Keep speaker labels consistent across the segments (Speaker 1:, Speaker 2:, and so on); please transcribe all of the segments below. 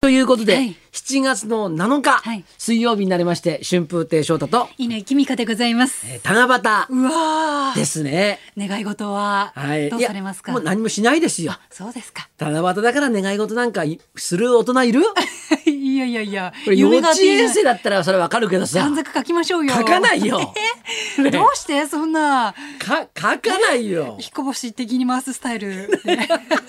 Speaker 1: ということで、
Speaker 2: はい
Speaker 1: 7月の7日、
Speaker 2: はい
Speaker 1: 水曜日になりまして春風亭昇太と、
Speaker 2: 稲井君香でございます。
Speaker 1: えー七夕
Speaker 2: うわー
Speaker 1: ですね。
Speaker 2: 願い事は
Speaker 1: はい、
Speaker 2: どうされますか。
Speaker 1: いやもう何もしないですよ
Speaker 2: あ。そうですか。
Speaker 1: 七夕だから願い事なんかいする大人いる
Speaker 2: いやいやいや。
Speaker 1: これ幼
Speaker 2: 夢が
Speaker 1: 稚
Speaker 2: 出ない
Speaker 1: 園生だったらそれわかるけどさ
Speaker 2: 短冊書きましょうよ。
Speaker 1: 書かないよ
Speaker 2: え。
Speaker 1: ね
Speaker 2: どうしてそんな
Speaker 1: か書かないよ。
Speaker 2: 彦星的に回すスタイル。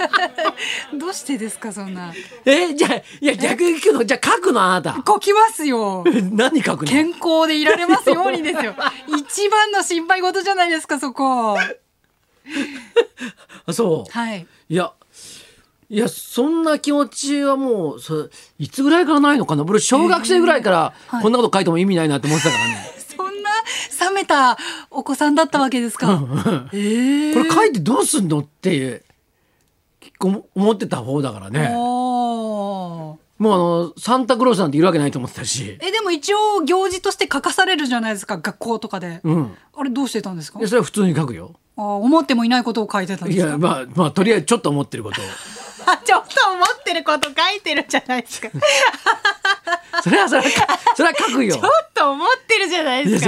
Speaker 2: どうしてですかそんな。
Speaker 1: えじゃあいや逆に聞くのじゃあ書くのあな た。
Speaker 2: 書きますよ。
Speaker 1: 何書くの
Speaker 2: 健康でいられますようにですよ。一番の心配事じゃないですかそこ。
Speaker 1: あそう。
Speaker 2: はい。
Speaker 1: いや、いや、そんな気持ちはもう、そいつぐらいからないのかな。俺、小学生ぐらいから
Speaker 2: は、い
Speaker 1: こんなこと書いても意味ないなって思ってたからね。
Speaker 2: そんな冷めたお子さんだったわけですか。ええ
Speaker 1: これ書いてどうすんのっていう、結構思ってた方だからね。
Speaker 2: おー
Speaker 1: もうあの、サンタクロースなんているわけないと思ってたし。
Speaker 2: えでも一応行事として書かされるじゃないですか学校とかで、
Speaker 1: うん。
Speaker 2: あれどうしてたんですか
Speaker 1: でそれは普通に書くよ。
Speaker 2: あー思ってもいないことを書いてたんで
Speaker 1: い
Speaker 2: すか
Speaker 1: や、まあ、まあ、とりあえずちょっと思ってる ことを。
Speaker 2: あちょっと思ってること書いてるじゃないですかちょ
Speaker 1: それは、それは、それは書く よ。
Speaker 2: っと思ってるじゃない
Speaker 1: い
Speaker 2: で
Speaker 1: や、
Speaker 2: す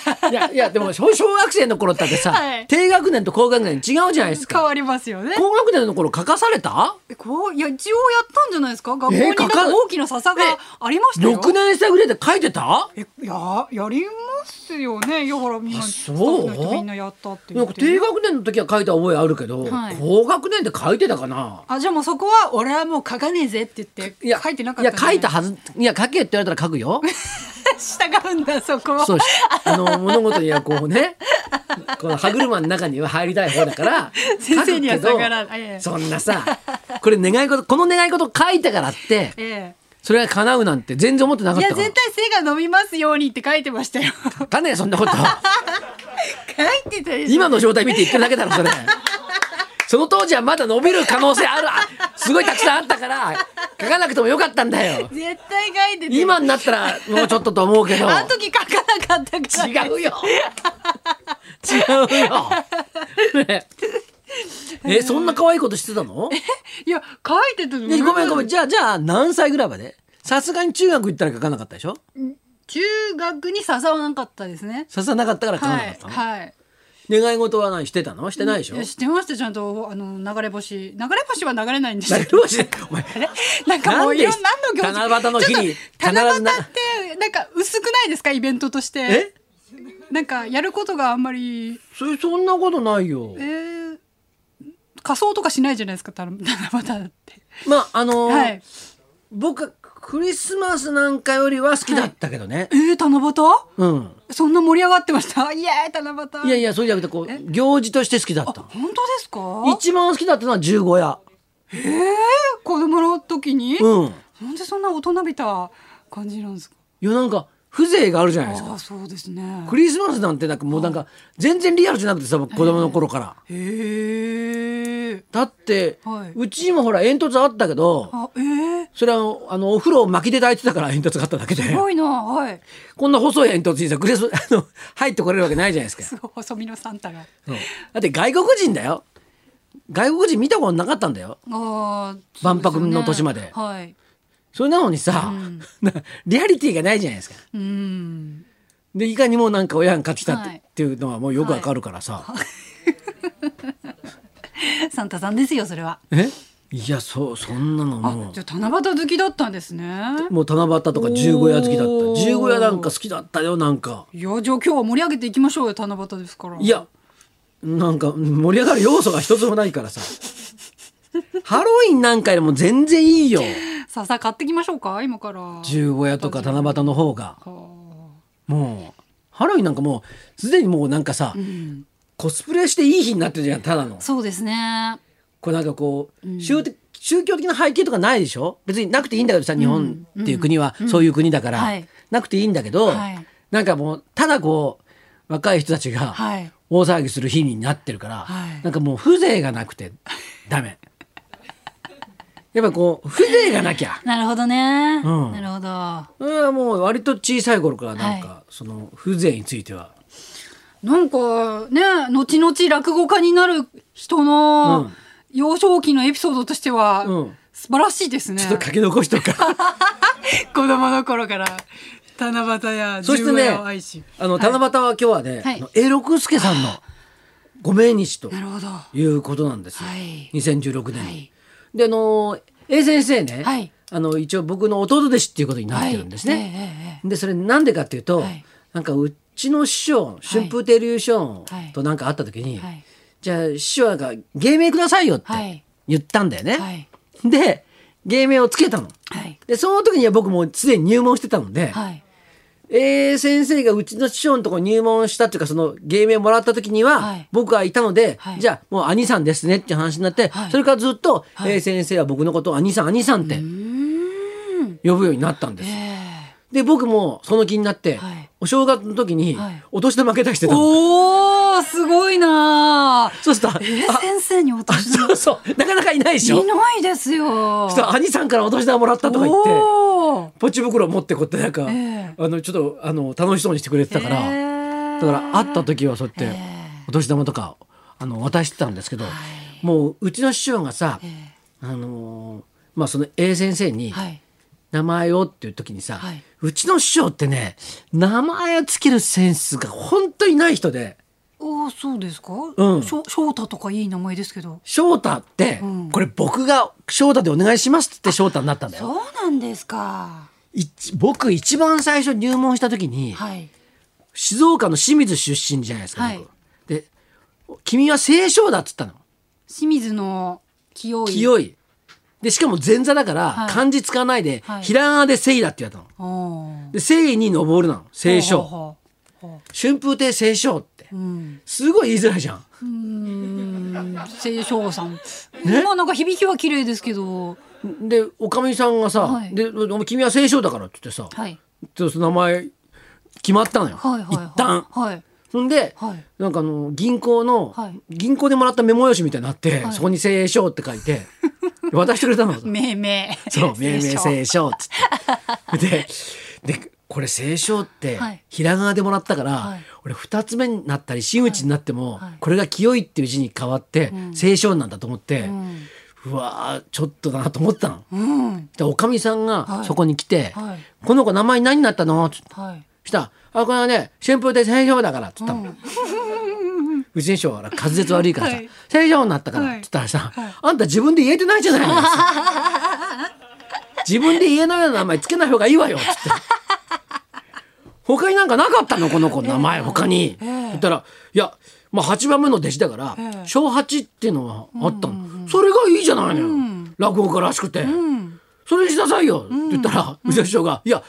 Speaker 1: そ
Speaker 2: か
Speaker 1: れ。いや、いや、でも、小小学生の頃だってさ、
Speaker 2: はい
Speaker 1: 低学年と高学年違うじゃないです
Speaker 2: 変
Speaker 1: か。
Speaker 2: わりますよね
Speaker 1: 高学年の頃書かされた
Speaker 2: こういや一応やったんじゃないですか学校になん
Speaker 1: え書か
Speaker 2: か大きな笹がありましたよ
Speaker 1: 六年生ぐらいで書いてた
Speaker 2: えややりますよねだからみんな
Speaker 1: あ
Speaker 2: スタ
Speaker 1: そ
Speaker 2: ッ
Speaker 1: う
Speaker 2: フの人みんなやったって
Speaker 1: な
Speaker 2: 言
Speaker 1: ん
Speaker 2: っ
Speaker 1: か
Speaker 2: て
Speaker 1: 低学年の時は書いた覚えあるけど、
Speaker 2: はい
Speaker 1: 高学年で書いてたかな
Speaker 2: あじゃあもうそこは俺はもう書かねえぜって言って書いてなかったん
Speaker 1: い
Speaker 2: じ
Speaker 1: や書
Speaker 2: ゃな
Speaker 1: いたはずいや書けって言われたら書く よ
Speaker 2: 従うんだそこは
Speaker 1: そうしあの物事にはこうね この歯車の中には入りたい方だから
Speaker 2: 先生には
Speaker 1: 書くけど
Speaker 2: 逆らうあいやいや
Speaker 1: そんなさこれ願い事この願い事書いたからって
Speaker 2: え
Speaker 1: それが叶うなんて全然思ってな
Speaker 2: え
Speaker 1: か
Speaker 2: い
Speaker 1: っ
Speaker 2: や
Speaker 1: たか
Speaker 2: 絶対
Speaker 1: ら
Speaker 2: 背が伸びますようにって書いてました よ
Speaker 1: 書かねえそんなこと
Speaker 2: 書いてたでしょ
Speaker 1: 今の状態見て言ってるだけだろそれその当時はまだ伸びる可能性あるあすごいたくさんあったから書かなくてもよかったんだよ
Speaker 2: 絶対書いてたよ
Speaker 1: 今になったらもうちょっとと思うけど
Speaker 2: あの時書かなかったから
Speaker 1: 違うよ 違うよ、ねえそんな可愛いことしてたの
Speaker 2: いや書いてたの
Speaker 1: いやごめんごめんじゃあじゃあ何歳ぐらいまでさすがに中学行ったら書かなかったでしょ
Speaker 2: 中学に笹はなかったですね
Speaker 1: さすがなかったから書かな
Speaker 2: は
Speaker 1: かっ
Speaker 2: い
Speaker 1: たの、
Speaker 2: はい
Speaker 1: 願い事は何してたのしてないでしょ
Speaker 2: いや知ってましたちゃんとあの流れ星流れ星は流れないんです
Speaker 1: 誰
Speaker 2: よ
Speaker 1: もしないお前
Speaker 2: なんかもういろんな
Speaker 1: なんで
Speaker 2: 何の行事
Speaker 1: 七夕の日に
Speaker 2: ちょっと
Speaker 1: 必
Speaker 2: 七
Speaker 1: ず
Speaker 2: 夕
Speaker 1: な
Speaker 2: ってなんか薄くないですかイベントとして
Speaker 1: え
Speaker 2: なんかやることがあんまり
Speaker 1: それそんなことないよ
Speaker 2: えー、仮装とかしないじゃないですか 七七夕だって
Speaker 1: まああのー
Speaker 2: はい
Speaker 1: 僕はクリスマスなんかよりは好きだったけどね、
Speaker 2: えー、七
Speaker 1: うん
Speaker 2: 夕そんな盛り上がってました イエーイ七夕
Speaker 1: いやい
Speaker 2: や
Speaker 1: や、そうじゃなくて、こう、行事として好きだった。
Speaker 2: 本当ですか
Speaker 1: 一番好きだったのは十五夜。
Speaker 2: えー、子供の時に、
Speaker 1: うん。
Speaker 2: なんでそんな大人びた感じなんですか
Speaker 1: いや、なんか、風情があるじゃないです
Speaker 2: あ
Speaker 1: か。
Speaker 2: あそうですね
Speaker 1: クリスマスなんて、なんかもうなんか、全然リアルじゃなくてさ、僕子供の頃から。
Speaker 2: へえー、
Speaker 1: だって
Speaker 2: はい、
Speaker 1: うちにもほら、煙突あったけど、
Speaker 2: あえー、
Speaker 1: それは、あの、お風呂を薪で炊いてたから煙突があっただけで、
Speaker 2: すごいなはい
Speaker 1: こんな細い煙突にさ、クリス、 あの、入ってこれるわけないじゃないですか。
Speaker 2: すごい細身のサンタが。
Speaker 1: うんだって外国人だよ。外国人見たことなかったんだよ。
Speaker 2: ああ、
Speaker 1: 万博の年まで
Speaker 2: はい。
Speaker 1: それなのにさ、 リアリティがないじゃないですか。
Speaker 2: うん。
Speaker 1: でいかにもなんか親が買ってきたって,、
Speaker 2: はい
Speaker 1: っていうのはもうよくわかるからさ、
Speaker 2: サンタさんですよ、それは。
Speaker 1: えいやそうそんなの
Speaker 2: あ
Speaker 1: も、
Speaker 2: じゃあ七夕好きだったんですね。
Speaker 1: うもう七夕とか十五夜好きだ
Speaker 2: お
Speaker 1: った
Speaker 2: ー
Speaker 1: 十五夜なんか好きだったよなんか
Speaker 2: いや、じゃあ今日は盛り上げていきましょうよ、七夕ですから。
Speaker 1: いやなんか盛り上がる要素が一つもないからさハロウィンなんかよりも全然いいよ
Speaker 2: 笹買ってきましょうか、今から。
Speaker 1: 十五夜とか七夕の方が
Speaker 2: は
Speaker 1: もうハロウィンなんかもうすでにもうなんかさ、
Speaker 2: あうん。
Speaker 1: コスプレしていい日になってるじゃんただの
Speaker 2: そうですね。
Speaker 1: こうなんかこう宗,、宗教的な背景とかないでしょ別になくていいんだけどさ、日本っていう国はそういう国だから、
Speaker 2: はい
Speaker 1: なくていいんだけど、
Speaker 2: はい
Speaker 1: なんかもうただこう若い人たちが
Speaker 2: はい
Speaker 1: 大騒ぎする日になってるから、
Speaker 2: はい
Speaker 1: なんかもう風情がなくてダメ。やっぱこう風情がなきゃ。
Speaker 2: なるほどね。
Speaker 1: うん
Speaker 2: なるほど。
Speaker 1: それはもう割と小さい頃からなんか、
Speaker 2: は
Speaker 1: その風情については
Speaker 2: なんかね、後々落語家になる人
Speaker 1: う
Speaker 2: の
Speaker 1: ん
Speaker 2: 幼少期のエピソードとしては、
Speaker 1: うん
Speaker 2: 素晴らしいですね
Speaker 1: ちょっと書き残しとか
Speaker 2: 子供の頃から七夕や
Speaker 1: そして
Speaker 2: 十五
Speaker 1: ね
Speaker 2: 夜を愛し
Speaker 1: あの
Speaker 2: はい
Speaker 1: 七夕は今日はね、
Speaker 2: はい
Speaker 1: あの永六輔さんのご命日と
Speaker 2: なるほど
Speaker 1: いうことなんですよ、
Speaker 2: はい
Speaker 1: 2016年に。
Speaker 2: はい
Speaker 1: であの A 先生ね、
Speaker 2: はい
Speaker 1: あの一応僕の弟弟子っていうことになってるんですね。
Speaker 2: はいえええ
Speaker 1: でそれなんでかっていうと、
Speaker 2: はい
Speaker 1: なんかうちの師匠春風亭流師匠
Speaker 2: はい
Speaker 1: となんか会った時に、
Speaker 2: えはい
Speaker 1: じゃあ師匠なんか芸名くださいよって
Speaker 2: はい
Speaker 1: 言ったんだよね。
Speaker 2: はい
Speaker 1: で芸名をつけたの。
Speaker 2: はい
Speaker 1: でその時には僕もうすでに入門してたので、
Speaker 2: はい
Speaker 1: A 先生がうちの師匠のところ入門したっていうかその芸名をもらった時には、
Speaker 2: はい
Speaker 1: 僕はいたので、
Speaker 2: はい
Speaker 1: じゃあもう兄さんですねっていう話になって、
Speaker 2: はい
Speaker 1: それからずっと
Speaker 2: はい
Speaker 1: A 先生は僕のことを兄さん兄さんって呼ぶようになったんで
Speaker 2: え
Speaker 1: す。
Speaker 2: え
Speaker 1: で僕もその気になって、
Speaker 2: はい
Speaker 1: お正月の時に
Speaker 2: はい
Speaker 1: お年玉下手してたの、
Speaker 2: おーすごいなあ
Speaker 1: そうすると、
Speaker 2: え
Speaker 1: あ
Speaker 2: 先生にお
Speaker 1: あ
Speaker 2: 年玉
Speaker 1: そうそうなかなかいないでしょ
Speaker 2: いないですよ
Speaker 1: そしたら兄さんからお年玉もらったとか言って
Speaker 2: おー
Speaker 1: ポチ袋持ってこうってなんか、
Speaker 2: ええ
Speaker 1: あのちょっとあの楽しそうにしてくれてたから、
Speaker 2: ええ
Speaker 1: だから会った時はそうやって、
Speaker 2: え
Speaker 1: お年玉とかあの渡してたんですけど、もううちの師匠がさ、
Speaker 2: ええ
Speaker 1: あのーまあその A 先生に
Speaker 2: えはい
Speaker 1: 名前をっていう時にさ、
Speaker 2: はいう
Speaker 1: ちの師匠ってね名前をつけるセンスが本当にない人で
Speaker 2: おーそうですか
Speaker 1: うん
Speaker 2: しょ翔太とかいい名前ですけど
Speaker 1: 翔太って、
Speaker 2: うん
Speaker 1: これ僕が翔太でお願いしますって言って翔太になったんだ
Speaker 2: そ
Speaker 1: よ。
Speaker 2: うなんですか
Speaker 1: 一僕一番最初入門した時に、
Speaker 2: はい
Speaker 1: 静岡の清水出身じゃないですか、
Speaker 2: はい
Speaker 1: 僕で君は清少だっつったの
Speaker 2: 清水の清い
Speaker 1: 清いでしかも前座だから、
Speaker 2: はい
Speaker 1: 漢字使わないで、
Speaker 2: はい
Speaker 1: ひらがなで誠意だって言われたの
Speaker 2: おー
Speaker 1: で誠意に上るなの清少
Speaker 2: ほうほうほうほ
Speaker 1: 春風亭清少って
Speaker 2: ううん
Speaker 1: すごい言いづらいじゃん
Speaker 2: うーん清少さん、まあなんか響きは綺麗ですけど
Speaker 1: でおかみさんがさ「
Speaker 2: はい
Speaker 1: でお君は清少だから」って言ってさ、
Speaker 2: はい
Speaker 1: ちょっと名前決まったのよ、
Speaker 2: はいはいはい
Speaker 1: 一旦
Speaker 2: はい
Speaker 1: ほんで、
Speaker 2: はい
Speaker 1: なんかあの銀行の、
Speaker 2: はい
Speaker 1: 銀行でもらったメモ用紙みたいになって、
Speaker 2: はい
Speaker 1: そこに「清少」って書い て渡してくれたの
Speaker 2: 命名
Speaker 1: そう「命名
Speaker 2: 清
Speaker 1: 清少」っつってででこれ清少って
Speaker 2: はい
Speaker 1: ひらがなでもらったから、
Speaker 2: はい
Speaker 1: 俺二つ目になったり真打ちになっても、
Speaker 2: はいはい
Speaker 1: これが清いっていう字に変わって
Speaker 2: ん
Speaker 1: 清少なんだと思って、う
Speaker 2: 少うん
Speaker 1: わーちょっとだなと思ったの。
Speaker 2: うん
Speaker 1: でおかみさん
Speaker 2: は
Speaker 1: が
Speaker 2: い
Speaker 1: そこに来て「
Speaker 2: はい
Speaker 1: この子名前何になったの?」つって
Speaker 2: はい
Speaker 1: したら「あこれはね春風亭清少だから」っつったの。うちの師匠は滑舌悪いからさ
Speaker 2: はい
Speaker 1: 「清少になったから」っ
Speaker 2: はい
Speaker 1: つったらさ
Speaker 2: はい
Speaker 1: 「あんた自分で言えてないじゃないのよ」自分で言えないような名前つけない方がいいわよ」っつって 「他になんかなかったのこの子の名前他に」
Speaker 2: ええ
Speaker 1: 言ったら「いやまあ8番目の弟子だから
Speaker 2: ええ
Speaker 1: 小八っていうのはあったのそれがいいじゃないのよ
Speaker 2: ん
Speaker 1: 落語家らしくて」
Speaker 2: うん
Speaker 1: それにしなさいよ」って言ったら、うちの師匠が「いや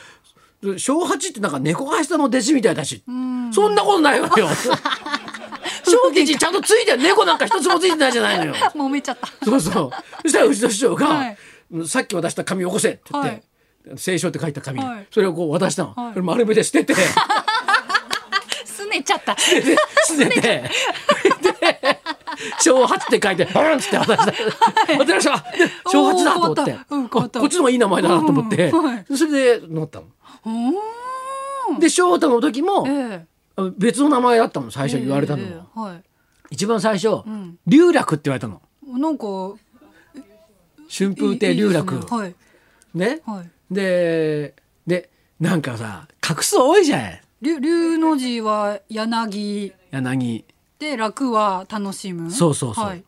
Speaker 1: 小八ってなんか猫橋さんの弟子みたいだし、
Speaker 2: ん
Speaker 1: そんなことないわ よ」小吉ちゃんとついてる猫なんか一つもついてないじゃないの よ。
Speaker 2: 揉めちゃった
Speaker 1: そうそうそしたらうちの師匠が、
Speaker 2: はい
Speaker 1: さっき渡した紙を起こせ」って言って。
Speaker 2: はい
Speaker 1: 清書って書いた紙、
Speaker 2: はい
Speaker 1: それをこう渡したの、
Speaker 2: はい
Speaker 1: それ丸めて捨てて
Speaker 2: すねちゃった
Speaker 1: 捨てて捨てて で小八って書いてバンっつって渡した渡しましたで小八だと思って
Speaker 2: おー変わったうん変わった
Speaker 1: あこっちの方がいい名前だなと思って、
Speaker 2: うんはい
Speaker 1: それで乗ったの
Speaker 2: うーん
Speaker 1: で翔太の時も
Speaker 2: ええ
Speaker 1: 別の名前だったの最初に言われたのは、
Speaker 2: ええええはい
Speaker 1: 一番最初、
Speaker 2: ん
Speaker 1: 龍楽って言われたの
Speaker 2: なんか
Speaker 1: 春風亭龍楽
Speaker 2: いいですねはい
Speaker 1: ね
Speaker 2: はい
Speaker 1: ででなんかさ画数多いじゃん
Speaker 2: 龍龍の字は柳
Speaker 1: 柳
Speaker 2: で楽は楽しむ
Speaker 1: そうそうそう
Speaker 2: はい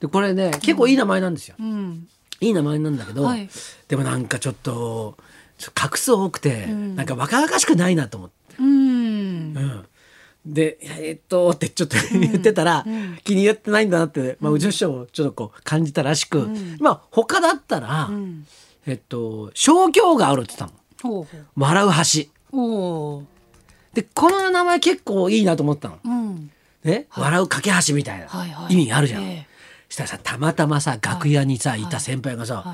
Speaker 1: でこれね結構いい名前なんですよ、
Speaker 2: うん
Speaker 1: いい名前なんだけど、
Speaker 2: はい
Speaker 1: でもなんかちょっとちょ画数多くて、
Speaker 2: ん
Speaker 1: なんか若々しくないなと思って。
Speaker 2: うん
Speaker 1: うんで「えーっと」ってちょっと言ってたら、気に入ってないんだなって、まあ、うちの師匠もちょっとこう感じたらしく、まあ他だったら、
Speaker 2: うん
Speaker 1: えっと「小京がある」って言ったの
Speaker 2: ほうほう
Speaker 1: 「笑う橋
Speaker 2: おー」
Speaker 1: でこの名前結構いいなと思ったの。
Speaker 2: うん
Speaker 1: ね、笑う架け橋みたいな
Speaker 2: はいはい
Speaker 1: 意味があるじゃん。
Speaker 2: ええ
Speaker 1: したらさたまたまさ楽屋にさ、い、た先輩がさ、
Speaker 2: はい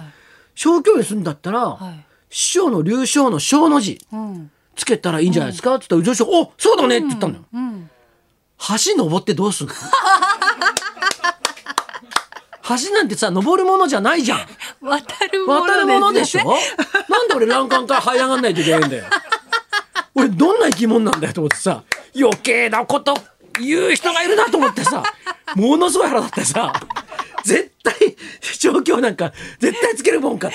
Speaker 1: 小京に住んだったら、
Speaker 2: はい
Speaker 1: 師匠の流暢の「小」の字
Speaker 2: うん
Speaker 1: つけたらいいんじゃないですか、って言ったらうちの師匠「おそうだね」って言ったのよ。
Speaker 2: うん
Speaker 1: 橋登ってどうすんの 橋なんてさ登るものじゃないじゃん
Speaker 2: 渡るもの
Speaker 1: 渡るものでしょ
Speaker 2: すね
Speaker 1: なんで俺欄干から這い上がんないといけないんだよ俺どんな生き物なんだよと思ってさ余計なこと言う人がいるなと思ってさものすごい腹立ってさ絶対状況なんか絶対つけるもんか。で、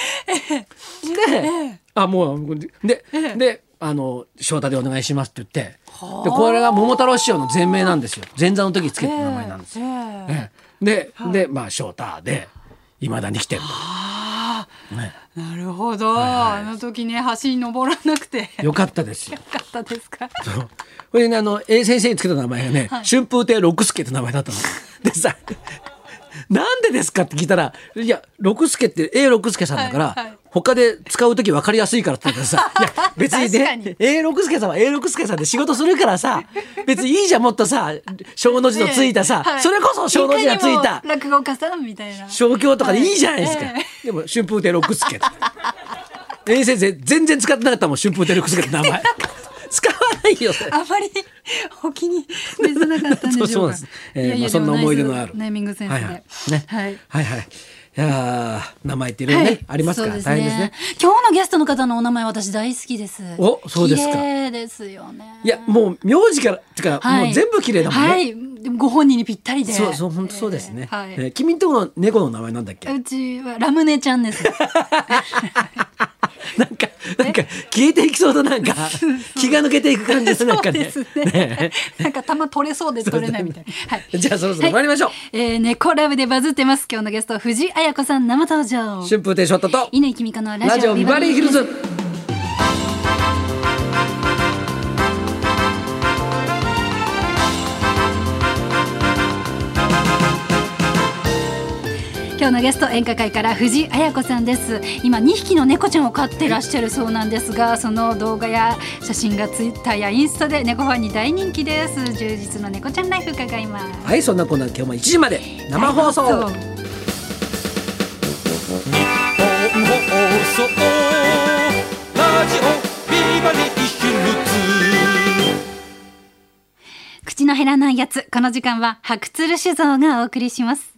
Speaker 1: あもうでであの翔太でお願いしますって言って、でこれが桃太郎師匠の全名なんですよ。前座の時つけた名前なんですよ。
Speaker 2: ええ
Speaker 1: ええででまあ翔太で未だに来てると。
Speaker 2: あ
Speaker 1: ね
Speaker 2: あ、なるほど、
Speaker 1: はいはい
Speaker 2: あの時ね橋に登らなくてよ
Speaker 1: よかったですよ。
Speaker 2: かったですか。
Speaker 1: そうこれねあの A 先生につけた名前がね、
Speaker 2: はい
Speaker 1: 春風亭六助って名前だったの。でさ なんでですかって聞いたら「いや六助って A 六助さんだから、
Speaker 2: はいはい
Speaker 1: 他で使う時分かりやすいから」って言ったら さ「いや別に
Speaker 2: 確か
Speaker 1: ね
Speaker 2: に
Speaker 1: A 六助さんは A 六助さんで仕事するからさ別にいいじゃんもっとさ小の字のついたさ、
Speaker 2: はい
Speaker 1: それこそ小の字がついた
Speaker 2: かにも落語家さんみたいな。
Speaker 1: 小京とかでいいじゃないですか、
Speaker 2: はいえ
Speaker 1: でも春風亭六助って A 先生全然使ってなかったもん春風亭六助って名 前使わないよそれ
Speaker 2: あまりお気に召さなかったんでしょう
Speaker 1: そうそうなん
Speaker 2: か。
Speaker 1: ですえーまあそんな思い出のある
Speaker 2: ネーミングセンス
Speaker 1: は
Speaker 2: で。
Speaker 1: いはいね
Speaker 2: はい
Speaker 1: はいはいいやー名前っていろいろね、ありますから
Speaker 2: そう
Speaker 1: 大変ですね。
Speaker 2: 今日のゲストの方のお名前私大好きです。
Speaker 1: おそうですか
Speaker 2: 綺麗ですよね。
Speaker 1: いやもう名字からてか、
Speaker 2: はい
Speaker 1: もう全部綺麗だもんね、
Speaker 2: はい。でもご本人にぴったりで。
Speaker 1: そうそう本当そうですね、
Speaker 2: えーはい
Speaker 1: えー君んとこの猫の名前なんだっけ
Speaker 2: うちはラムネちゃ んです。
Speaker 1: なんかなんか消えていきそうとなんか気が抜けていく感じですなんかね
Speaker 2: そうですね。なんかたま取れそうで取れないみたいな。はい。
Speaker 1: じゃあそろそろ参りましょう、
Speaker 2: えー、猫ラブでバズってます。今日のゲスト、藤あや子さん生登場。
Speaker 1: 春風亭昇太と
Speaker 2: 稲木美香のラ
Speaker 1: ラジ
Speaker 2: ジオ
Speaker 1: オビ
Speaker 2: ビ
Speaker 1: バ
Speaker 2: バ
Speaker 1: リ
Speaker 2: リ
Speaker 1: ーヒ
Speaker 2: ーヒ
Speaker 1: ル
Speaker 2: ル
Speaker 1: ズ
Speaker 2: ズ。今日のゲスト演歌会から藤あや子さんです今2匹の猫ちゃんを飼ってらっしゃるそうなんですがその動画や写真がツイッターやインスタで猫ファンに大人気です充実の猫ちゃんライフ伺います
Speaker 1: はいそんなこんなで今日も1時まで生放送
Speaker 2: 生放送
Speaker 3: 日本放送ラジオビバリーヒルズ」
Speaker 2: 口の減らないやつこの時間は白鶴酒造がお送りします